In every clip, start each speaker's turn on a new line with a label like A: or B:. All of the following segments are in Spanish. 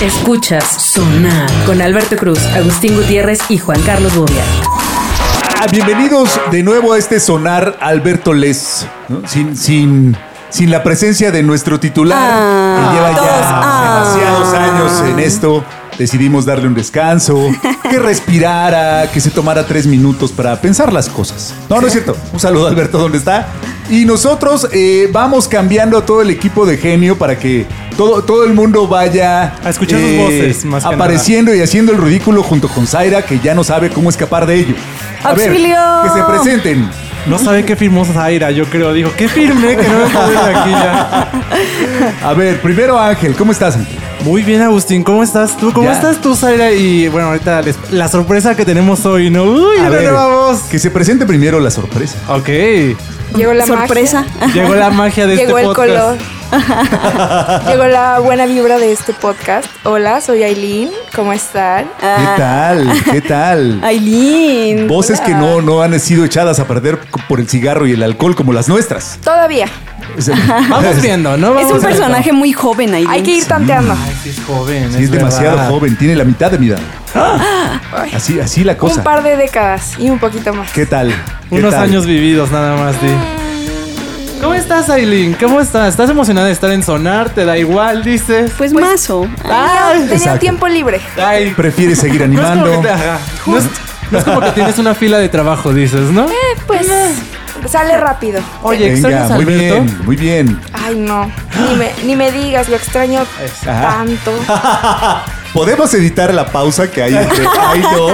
A: Escuchas Sonar con Alberto Cruz, Agustín Gutiérrez y Juan Carlos Bobia.
B: Ah, bienvenidos de nuevo a este sonar Alberto Les, ¿no? sin, sin, sin la presencia de nuestro titular,
C: Ah,
B: que lleva
C: todos,
B: ya
C: ah.
B: demasiados años en esto. Decidimos darle un descanso, que respirara, que se tomara tres minutos para pensar las cosas. No, no es cierto. Un saludo, Alberto, ¿dónde está? Y nosotros eh, vamos cambiando a todo el equipo de genio para que todo, todo el mundo vaya
D: A escuchar Ah, sus voces, más que nada.
B: Eh, apareciendo haciendo y haciendo el ridículo junto con Zaira, que ya no sabe cómo escapar de ello. A ver,
C: ¡Auxilio!
B: que se presenten.
D: No sabe qué firmó Zaira, yo creo. Dijo, qué firme, que no me puedo ir de aquí ya.
B: A ver, primero Ángel, ¿cómo estás? Ángel?
D: Muy bien, Agustín, ¿cómo estás tú? ¿Cómo
B: Ya.
D: estás tú, Zaira? Y bueno, ahorita les- la sorpresa que tenemos hoy, ¿no? Uy,
B: A
D: una
B: ver,
D: nueva voz.
B: Que se presente primero la sorpresa.
D: Ok.
C: Llegó la
E: Sorpresa.
C: magia.
D: Llegó la magia de
E: Llegó
D: este
E: el
D: podcast.
E: color. Llegó la buena vibra de este podcast. Hola, soy Aileen. ¿Cómo están?
B: ¿Qué
C: Ah,
B: tal? ¿Qué tal?
C: Aileen.
B: Voces
E: hola.
B: que no, no han sido echadas a perder c- por el cigarro y el alcohol como las nuestras.
E: Todavía.
B: Es el-
D: Vamos viendo, ¿no? Vamos
C: Es un
D: viendo.
C: personaje muy joven, Aileen.
E: Hay que ir tanteando.
D: Ay, sí es joven.
B: Sí, es Ah. demasiado
D: verdad.
B: joven, tiene la mitad de mi edad.
E: Ay.
B: Así, así la
E: Un
B: cosa.
E: par de décadas y un poquito más.
B: ¿Qué tal? ¿Qué
D: Unos
B: tal?
D: años vividos, nada más, di. ¿Cómo estás, Aileen? ¿Cómo estás? ¿Estás emocionada de estar en Sonar? ¿Te da igual, dices?
C: Pues mazo.
D: Ah,
E: Tenía, tenía
B: exacto.
E: tiempo libre.
D: Ay,
B: Prefieres seguir
D: No es como
B: animando.
D: que te- ajá. No es- no es como que tienes una fila de trabajo, dices, ¿no?
C: Eh,
E: Pues sale rápido.
D: Oye,
B: Venga,
D: extrañas a
B: muy
D: Alberto.
B: bien, muy bien.
E: Ay, no. Ni me, ni me digas, lo extraño
D: Ah.
E: tanto.
B: Podemos editar la pausa que hay entre. Ay, no.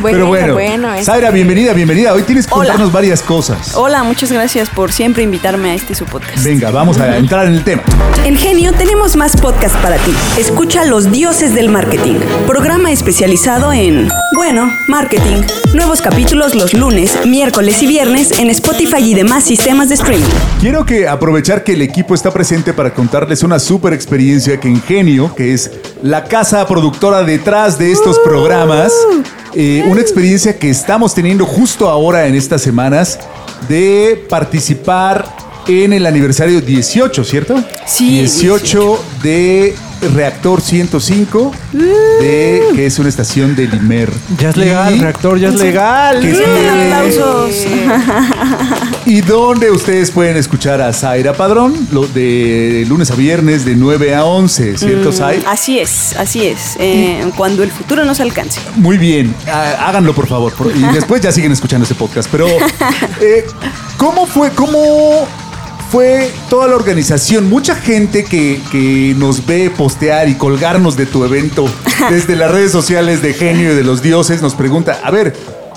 E: Bueno,
B: Pero bueno,
E: bueno, este es-
B: Zaira, bienvenida, bienvenida. Hoy tienes que
C: Hola.
B: contarnos varias cosas.
C: Hola, muchas gracias por siempre invitarme a este su podcast.
B: Venga, vamos a entrar en el tema.
F: En Genio tenemos más podcast para ti. Escucha Los Dioses del Marketing, programa especializado en, bueno, marketing. Nuevos capítulos los lunes, miércoles y viernes en Spotify y demás sistemas de streaming.
B: Quiero que aprovechar que el equipo está presente para contarles una super experiencia que Ingenio, que es la casa productora detrás de estos
C: Uh.
B: programas, eh, una experiencia que estamos teniendo justo ahora en estas semanas de participar en el aniversario 18, ¿cierto?
C: Sí,
B: 18 de Reactor 105, de,
C: Mm.
B: que es una estación de Limer.
D: Ya es legal,
B: Y-
D: reactor, ya es legal.
B: que
C: Un
B: esté-
C: aplausos.
B: ¿Y dónde ustedes pueden escuchar a Zaira Padrón? Lo de lunes a viernes de 9 a 11, ¿cierto, Zay?
C: Así es, así es. Eh, cuando el futuro nos alcance.
B: Muy bien, Ah, háganlo por favor. por- Y después ya siguen escuchando este podcast. Pero, eh, ¿cómo fue? ¿Cómo fue toda la organización? Mucha gente que, que nos ve postear y colgarnos de tu evento desde las redes sociales de Genio y de los Dioses nos pregunta, a ver,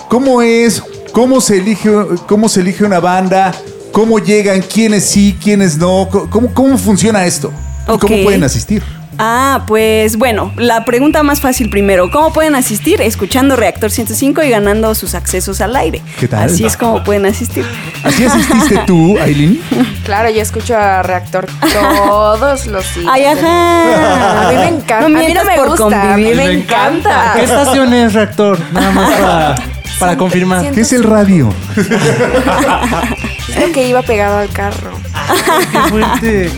B: ¿cómo es? ¿Cómo se elige, cómo se elige una banda? ¿Cómo llegan? ¿Quiénes sí? ¿Quiénes no? ¿Cómo, cómo funciona esto? ¿Y ¿Cómo
C: Ok.
B: pueden asistir?
C: Ah, pues bueno, la pregunta más fácil primero. ¿Cómo pueden asistir? Escuchando Reactor 105 y ganando sus accesos al aire.
B: ¿Qué tal?
C: Así es como pueden asistir.
B: ¿Así asististe tú, Aileen?
E: Claro, yo escucho a Reactor todos los días.
C: Ay, ajá.
E: A mí me encanta.
C: No
E: a mí no
C: mientas
E: me
C: por
E: gusta. A mí
C: convivir.
E: me
C: Me
E: encanta.
D: ¿Qué estación es reactor? Nada más para, para confirmar.
E: Siento-
B: ¿Qué es el radio?
E: Es lo que iba pegado al carro.
D: Qué fuerte.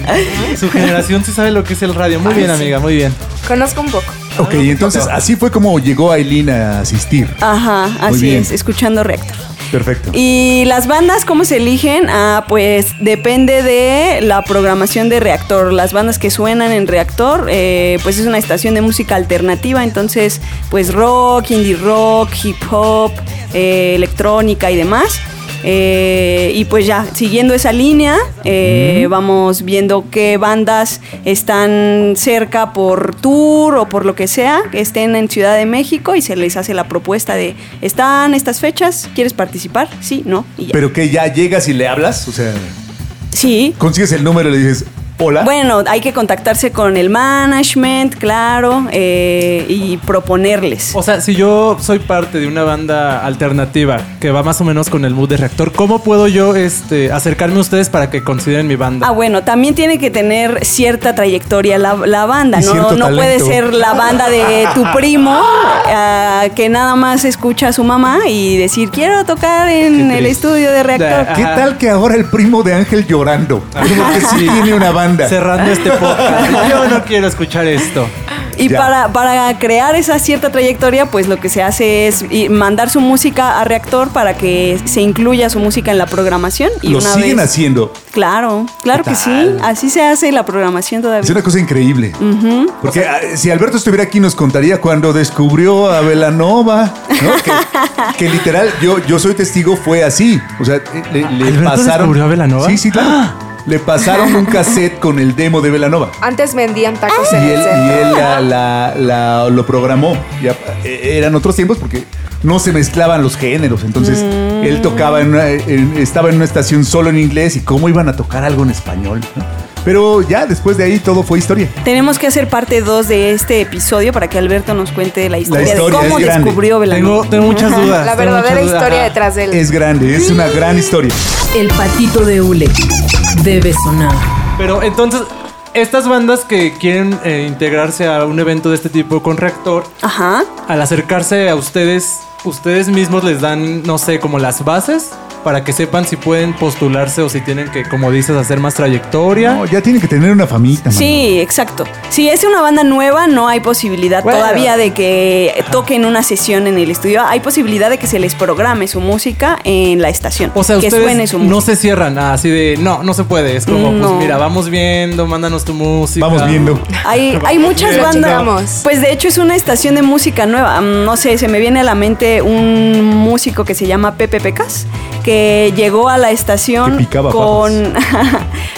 D: Su generación sí sabe lo que es el radio. Muy bien, amiga, muy bien.
E: Conozco un poco.
B: Ok, entonces así fue como llegó Aileen a asistir.
C: Ajá, así
B: bien.
C: es, escuchando Reactor.
B: Perfecto.
C: ¿Y las bandas cómo se eligen? Ah, pues depende de la programación de Reactor. Las bandas que suenan en Reactor, eh, pues es una estación de música alternativa, entonces pues rock, indie rock, hip hop, eh, electrónica y demás. Eh, y pues ya, siguiendo esa línea, eh, vamos viendo qué bandas están cerca por tour o por lo que sea, que estén en Ciudad de México y se les hace la propuesta de, ¿están estas fechas? ¿Quieres participar? Sí, no, y ya.
B: Pero que ya llegas y le hablas, o sea,
C: sí.
B: consigues el número y le dices, hola.
C: Bueno, hay que contactarse con el management, claro, eh, y proponerles.
D: O sea, si yo soy parte de una banda alternativa que va más o menos con el mood de reactor, ¿cómo puedo yo este, acercarme a ustedes para que consideren mi banda?
C: Ah, bueno, también tiene que tener cierta trayectoria la, la banda,
B: Y
C: ¿no?
B: cierto
C: No puede
B: talento.
C: ser la banda de tu primo ah, que nada más escucha a su mamá y decir, quiero tocar en
D: Qué
C: el
D: triste.
C: estudio de reactor.
D: Ah,
B: ¿Qué
D: ajá.
B: tal que ahora el primo de Ángel llorando? Porque sí tiene una banda.
D: cerrando este podcast. Yo no quiero escuchar esto.
C: Y
B: Ya.
C: para, para crear esa cierta trayectoria, pues lo que se hace es i- mandar su música a Reactor para que se incluya su música en la programación. Y
B: Lo
C: una
B: siguen
C: vez-
B: haciendo.
C: Claro, claro que sí. Así se hace la programación
B: Es
C: todavía.
B: una cosa increíble. Porque ah, si Alberto estuviera aquí nos contaría cuando descubrió a Velanova, ¿no? que, que literal, yo, yo soy testigo, fue así. O sea, eh, le, le
D: ¿Alberto
B: pasaron...
D: descubrió a Belanova? Ah.
B: Sí, sí, claro. Le pasaron un cassette con el demo de Velanova.
E: Antes vendían tacos
B: Ah, Y
E: en
B: él,
E: el centro.
B: y él la- la- la- lo programó. Ya, eh, eran otros tiempos porque no se mezclaban los géneros. Entonces,
C: Mm.
B: él tocaba en una- en- estaba en una estación solo en inglés y cómo iban a tocar algo en español. no? Pero ya después de ahí todo fue historia.
C: Tenemos que hacer parte 2 de este episodio para que Alberto nos cuente la historia,
B: historia
C: de cómo
B: es grande.
C: descubrió Belanova.
D: Tengo, tengo muchas dudas.
E: La
D: tengo
E: verdadera
D: muchas dudas.
E: historia
D: Ajá.
E: detrás del
B: Es grande, es una gran historia.
A: El patito de Ule debe sonar.
D: Pero entonces, estas bandas que quieren eh, integrarse a un evento de este tipo con reactor,
C: Ajá.
D: al acercarse a ustedes, ustedes mismos les dan, no sé, como las bases para que sepan si pueden postularse o si tienen que, como dices, hacer más trayectoria.
B: No, ya tiene que tener una famita. mano.
C: Sí, exacto. Si es una banda nueva, no hay posibilidad
D: Bueno.
C: todavía de que toquen una sesión en el estudio. Hay posibilidad de que se les programe su música en la estación.
D: O sea,
C: que suene
D: ustedes
C: su
D: no se
C: música.
D: cierran ah, así de, no, no se puede. Es como,
C: No.
D: pues mira, vamos viendo, mándanos tu música.
B: Vamos viendo.
C: Hay, hay muchas
E: Lo
C: bandas.
E: checamos.
C: Pues de hecho es una estación de música nueva. Mm, No sé, se me viene a la mente un músico que se llama Pepe Pecas, que llegó a la estación
B: Que picaba
C: con,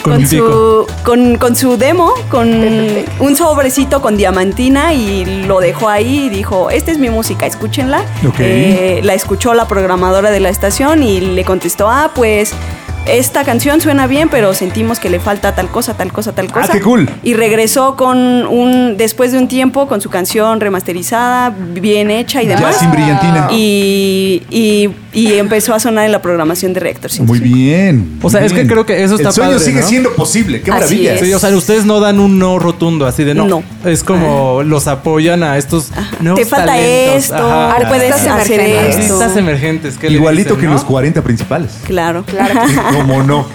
D: Con
C: con,
D: un
C: su,
D: pico.
C: con, con su demo, con
E: Pepe
C: un sobrecito con diamantina y lo dejó ahí y dijo, esta es mi música, escúchenla.
B: Ok.
C: Eh, la escuchó la programadora de la estación y le contestó, ah, pues... Esta canción suena bien, pero sentimos que le falta tal cosa, tal cosa, tal
B: Ah,
C: cosa.
B: qué cool.
C: Y regresó con un después de un tiempo con su canción remasterizada, bien hecha y
B: Ya
C: demás.
B: sin brillantina.
C: Y, y- y empezó a sonar en la programación de Reactor 100.
B: Muy bien.
D: O sea,
B: muy
D: es que
B: bien.
D: creo que eso está
B: El sueño
D: padre,
B: sigue
D: ¿no?
B: siendo posible. Qué
C: Así
B: maravilla.
C: es.
D: Sí, o sea, ustedes no dan un no rotundo, así de no.
C: No. Ah.
D: Es como los apoyan a estos nuevos
C: Te falta
D: talentos.
C: esto,
D: Ajá.
E: Artistas
C: puedes hacer
E: emergentes.
C: esto.
D: Artistas emergentes. ¿qué le
B: Igualito
D: dicen,
B: que
D: no?
B: los 40 principales.
C: Claro.
E: Claro, que-
B: ¿Cómo no?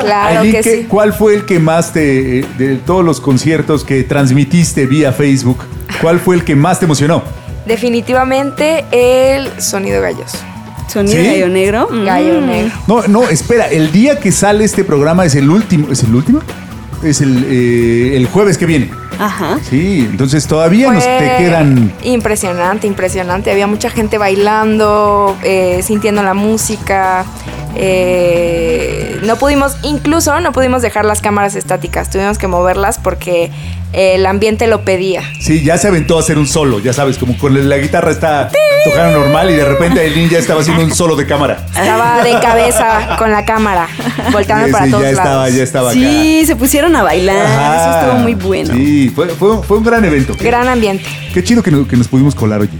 E: claro
B: Aileen,
E: que
B: ¿qué-
E: sí.
B: ¿Cuál fue el que más te. eh, de todos los conciertos que transmitiste vía Facebook, ¿cuál fue el que más te emocionó?
E: Definitivamente el sonido galloso.
C: Sonido
B: ¿Sí?
C: gallo negro. Mm.
E: Gallo negro.
B: No, no, espera, el día que sale este programa es el último. ¿Es el último? Es el, eh, el jueves que viene.
C: Ajá.
B: Sí, entonces todavía nos
E: Fue
B: te quedan.
E: Impresionante, impresionante. Había mucha gente bailando, eh, sintiendo la música. eh, no pudimos, incluso no pudimos dejar las cámaras estáticas. Tuvimos que moverlas porque el ambiente lo pedía.
B: Sí, ya se aventó a hacer un solo, ya sabes, como con la guitarra está tocando normal y de repente Aileen ya estaba haciendo un solo de cámara.
E: Estaba de cabeza con la cámara, volteando
B: Ese
E: para todos
B: ya
E: lados.
B: estaba, ya estaba acá.
C: Sí, se pusieron a bailar.
B: Ajá.
C: Eso estuvo muy bueno.
B: Sí, fue, fue- fue un gran evento.
E: Gran ambiente.
B: Qué chido que, no- que nos pudimos colar, oye.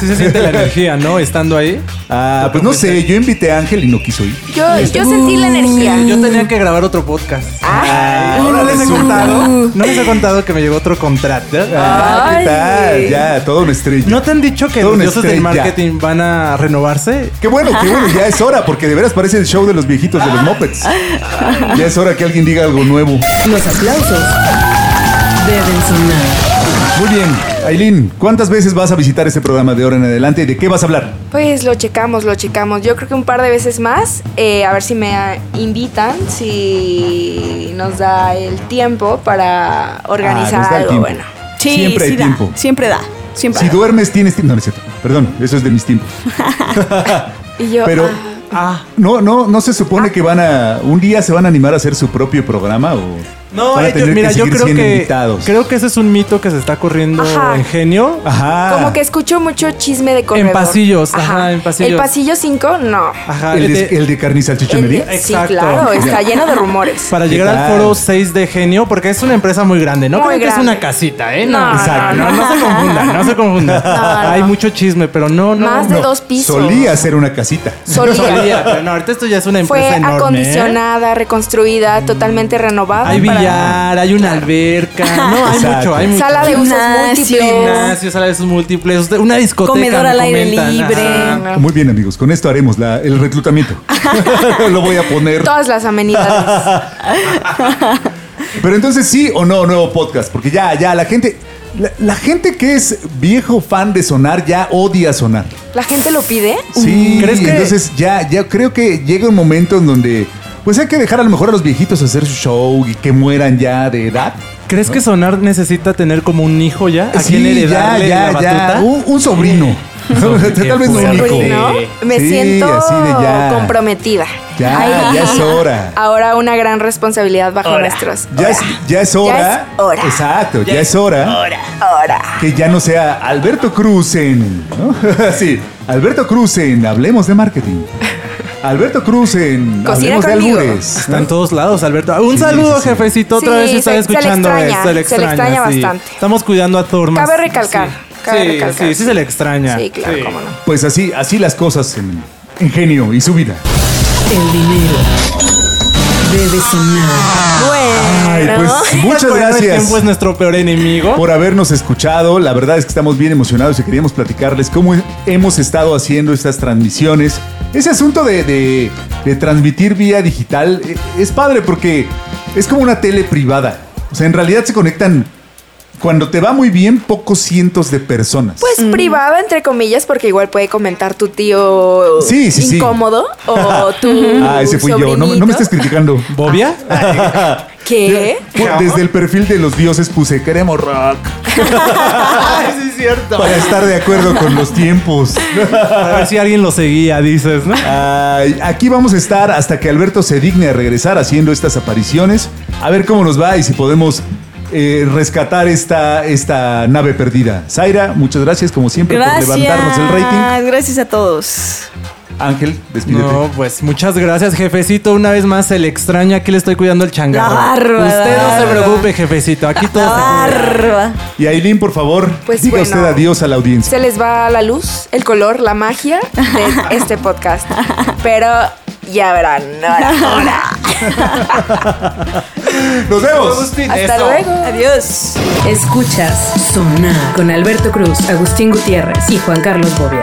D: Sí se siente la energía, ¿no? Estando ahí.
B: Ah, pues no sé, yo invité a Ángel y este- no quiso ir.
E: Yo, yo sentí la energía.
D: Yo tenía que grabar otro podcast.
B: Ah,
D: no les he
B: resulta.
D: contado. No les he contado que me llegó otro contrato.
B: Ah, ¿qué tal?
E: Ay.
B: Ya, todo una estrella.
D: ¿No te han dicho que
B: Toda
D: los
B: una
D: dioses del
B: estrella.
D: marketing van a renovarse?
B: Qué bueno, qué bueno, ya es hora, porque de veras parece el show de los viejitos de los mopeds. Ya es hora que alguien diga algo nuevo.
A: Los aplausos deben sonar.
B: Muy bien, Aileen, ¿cuántas veces vas a visitar este programa de ahora en adelante y de qué vas a hablar? Ah,
E: Pues lo checamos, lo checamos. Yo creo que un par de veces más, eh, a ver si me ah, invitan, si nos da el tiempo para organizar
B: Ah, nos da el
E: algo
B: tiempo.
E: bueno.
C: Sí,
B: Siempre
C: sí
B: hay
C: da,
B: tiempo.
C: Siempre da. Siempre
B: Si
C: da.
B: duermes, tienes tiempo. No, no es cierto. Perdón, eso es de mis tiempos.
E: Y yo,
B: Pero.
E: ah,
D: Ah.
B: No, no, no se supone que van a. Un día se van a animar a hacer su propio programa o.
D: No,
B: van a
D: ellos-
B: tener
D: mira, yo
B: seguir
D: creo
B: siendo
D: que
B: invitados?
D: creo que ese es un mito que se está corriendo
E: Ajá.
D: en genio.
B: Ajá.
E: como que escucho mucho chisme de corredor.
D: pasillos, ajá, en pasillos.
E: El pasillo 5, no.
D: Ajá.
B: El de,
D: este-
B: el de carne y
E: El de-
B: salchichonería.
E: sí,
D: Exacto.
E: claro, está lleno de rumores.
D: Para
B: ¿Qué
D: llegar
B: tal?
D: al foro 6 de genio, porque es una empresa muy grande, no
E: Muy
D: creo que es
E: grande.
D: una casita, ¿eh?
E: No,
D: Exacto,
E: no,
D: no, no se confundan, no se confundan.
E: no.
D: Hay mucho chisme, pero no, no.
E: Más de
D: no.
E: dos pisos.
B: Solía ser una casita.
E: Solía.
D: Solía, pero no, ahorita esto ya es una empresa
E: Fue
D: enorme. ¿eh?
E: acondicionada, reconstruida, totalmente renovada.
D: Hay
E: para-
D: billar, hay una alberca, no, hay
B: Exacto.
D: mucho, hay mucho.
E: Sala de usos
C: Gimnasio.
E: múltiples.
D: gimnasio, sala de sus múltiples, una discoteca.
C: Comedor
D: me
C: al aire
D: comentan,
C: libre.
D: ajá.
B: Muy bien, amigos, con esto haremos la- el reclutamiento. Lo voy a poner.
E: Todas las amenidades.
B: Pero entonces sí o no, nuevo podcast, porque ya, ya, la gente, la, la gente que es viejo fan de sonar ya odia sonar.
E: ¿La gente lo pide?
B: Sí,
D: ¿Crees que-
B: entonces ya, ya creo que llega un momento en donde, pues hay que dejar a lo mejor a los viejitos hacer su show y que mueran ya de edad.
D: ¿Crees que Sonar necesita tener como un hijo ya? Uh, ¿A quién heredarle la batuta?
B: Un, un sobrino. Tal vez no un
D: fuerte.
B: hijo.
E: Sobrino, Pues me
B: Pues Sí,
E: siento
B: así de ya.
E: comprometida.
B: Ya,
E: Ay,
B: ya es hora.
E: Ahora una gran responsabilidad bajo nuestros.
B: Ya es, ya es hora.
E: es hora.
B: Exacto, ya, es hora,
E: Ahora.
B: Que ya no sea Alberto Cruz en. ¿no? sí, Alberto Cruz en Hablemos de Marketing. Alberto Cruz en
E: Cocina
B: Hablemos de
E: conmigo.
B: Albures.
D: Está en todos lados, Alberto. Ah, Un saludo,
B: sí, sí.
D: jefecito. Otra
E: Sí,
D: vez
E: se-
D: está
E: se le
D: escuchando
E: extraña,
D: esto. Se le extraña, sí.
E: bastante.
D: Estamos cuidando a Thor más.
E: Cabe recalcar,
D: Sí.
E: cabe
D: sí,
E: recalcar.
D: sí, sí se le extraña.
E: Sí, claro, cómo no.
B: Pues así, así las cosas en Ingenio y su vida.
A: El dinero debe sonar.
B: Ay,
E: Bueno.
B: pues muchas
D: Recordar El
B: gracias.
D: tiempo es nuestro peor enemigo.
B: por habernos escuchado. La verdad es que estamos bien emocionados y queríamos platicarles cómo hemos estado haciendo estas transmisiones. Ese asunto de, de- de transmitir vía digital eh, es padre porque es como una tele privada. O sea, en realidad se conectan, cuando te va muy bien, pocos cientos de personas.
E: Pues privada, entre comillas, porque igual puede comentar tu tío
B: Sí, sí, sí.
E: incómodo o tu.
B: ah, ese fui yo. No, me- no me estés criticando.
D: ¿Bobia?
E: ¿Eh? ¿Qué?
B: Yo, Pues, Desde el perfil de los dioses puse queremos rock
D: Ay, sí, es cierto.
B: para estar de acuerdo con los tiempos.
D: A ver si alguien lo seguía, dices, ¿no?
B: Ay, aquí vamos a estar hasta que Alberto se digne a regresar haciendo estas apariciones. A ver cómo nos va y si podemos eh, rescatar esta, esta nave perdida. Zaira, muchas gracias como siempre
C: Gracias.
B: por levantarnos el rating.
C: Gracias a todos.
B: Ángel, despídete.
D: No, pues muchas gracias, jefecito. Una vez más se le extraña. Aquí le estoy cuidando el changarro.
C: La barba,
D: Usted
C: la
D: no se
C: barba.
D: preocupe, jefecito. Aquí todo se cuida.
C: Barba.
B: Y Aileen, por favor,
E: Pues
B: diga
E: bueno.
B: usted adiós a la audiencia.
E: Se les va la luz, el color, la magia de este podcast. Pero ya verán. ahora, ahora.
B: ¡Nos vemos!
E: Hasta luego.
C: Adiós.
A: Escuchas Sonar con Alberto Cruz, Agustín Gutiérrez y Juan Carlos Bobia.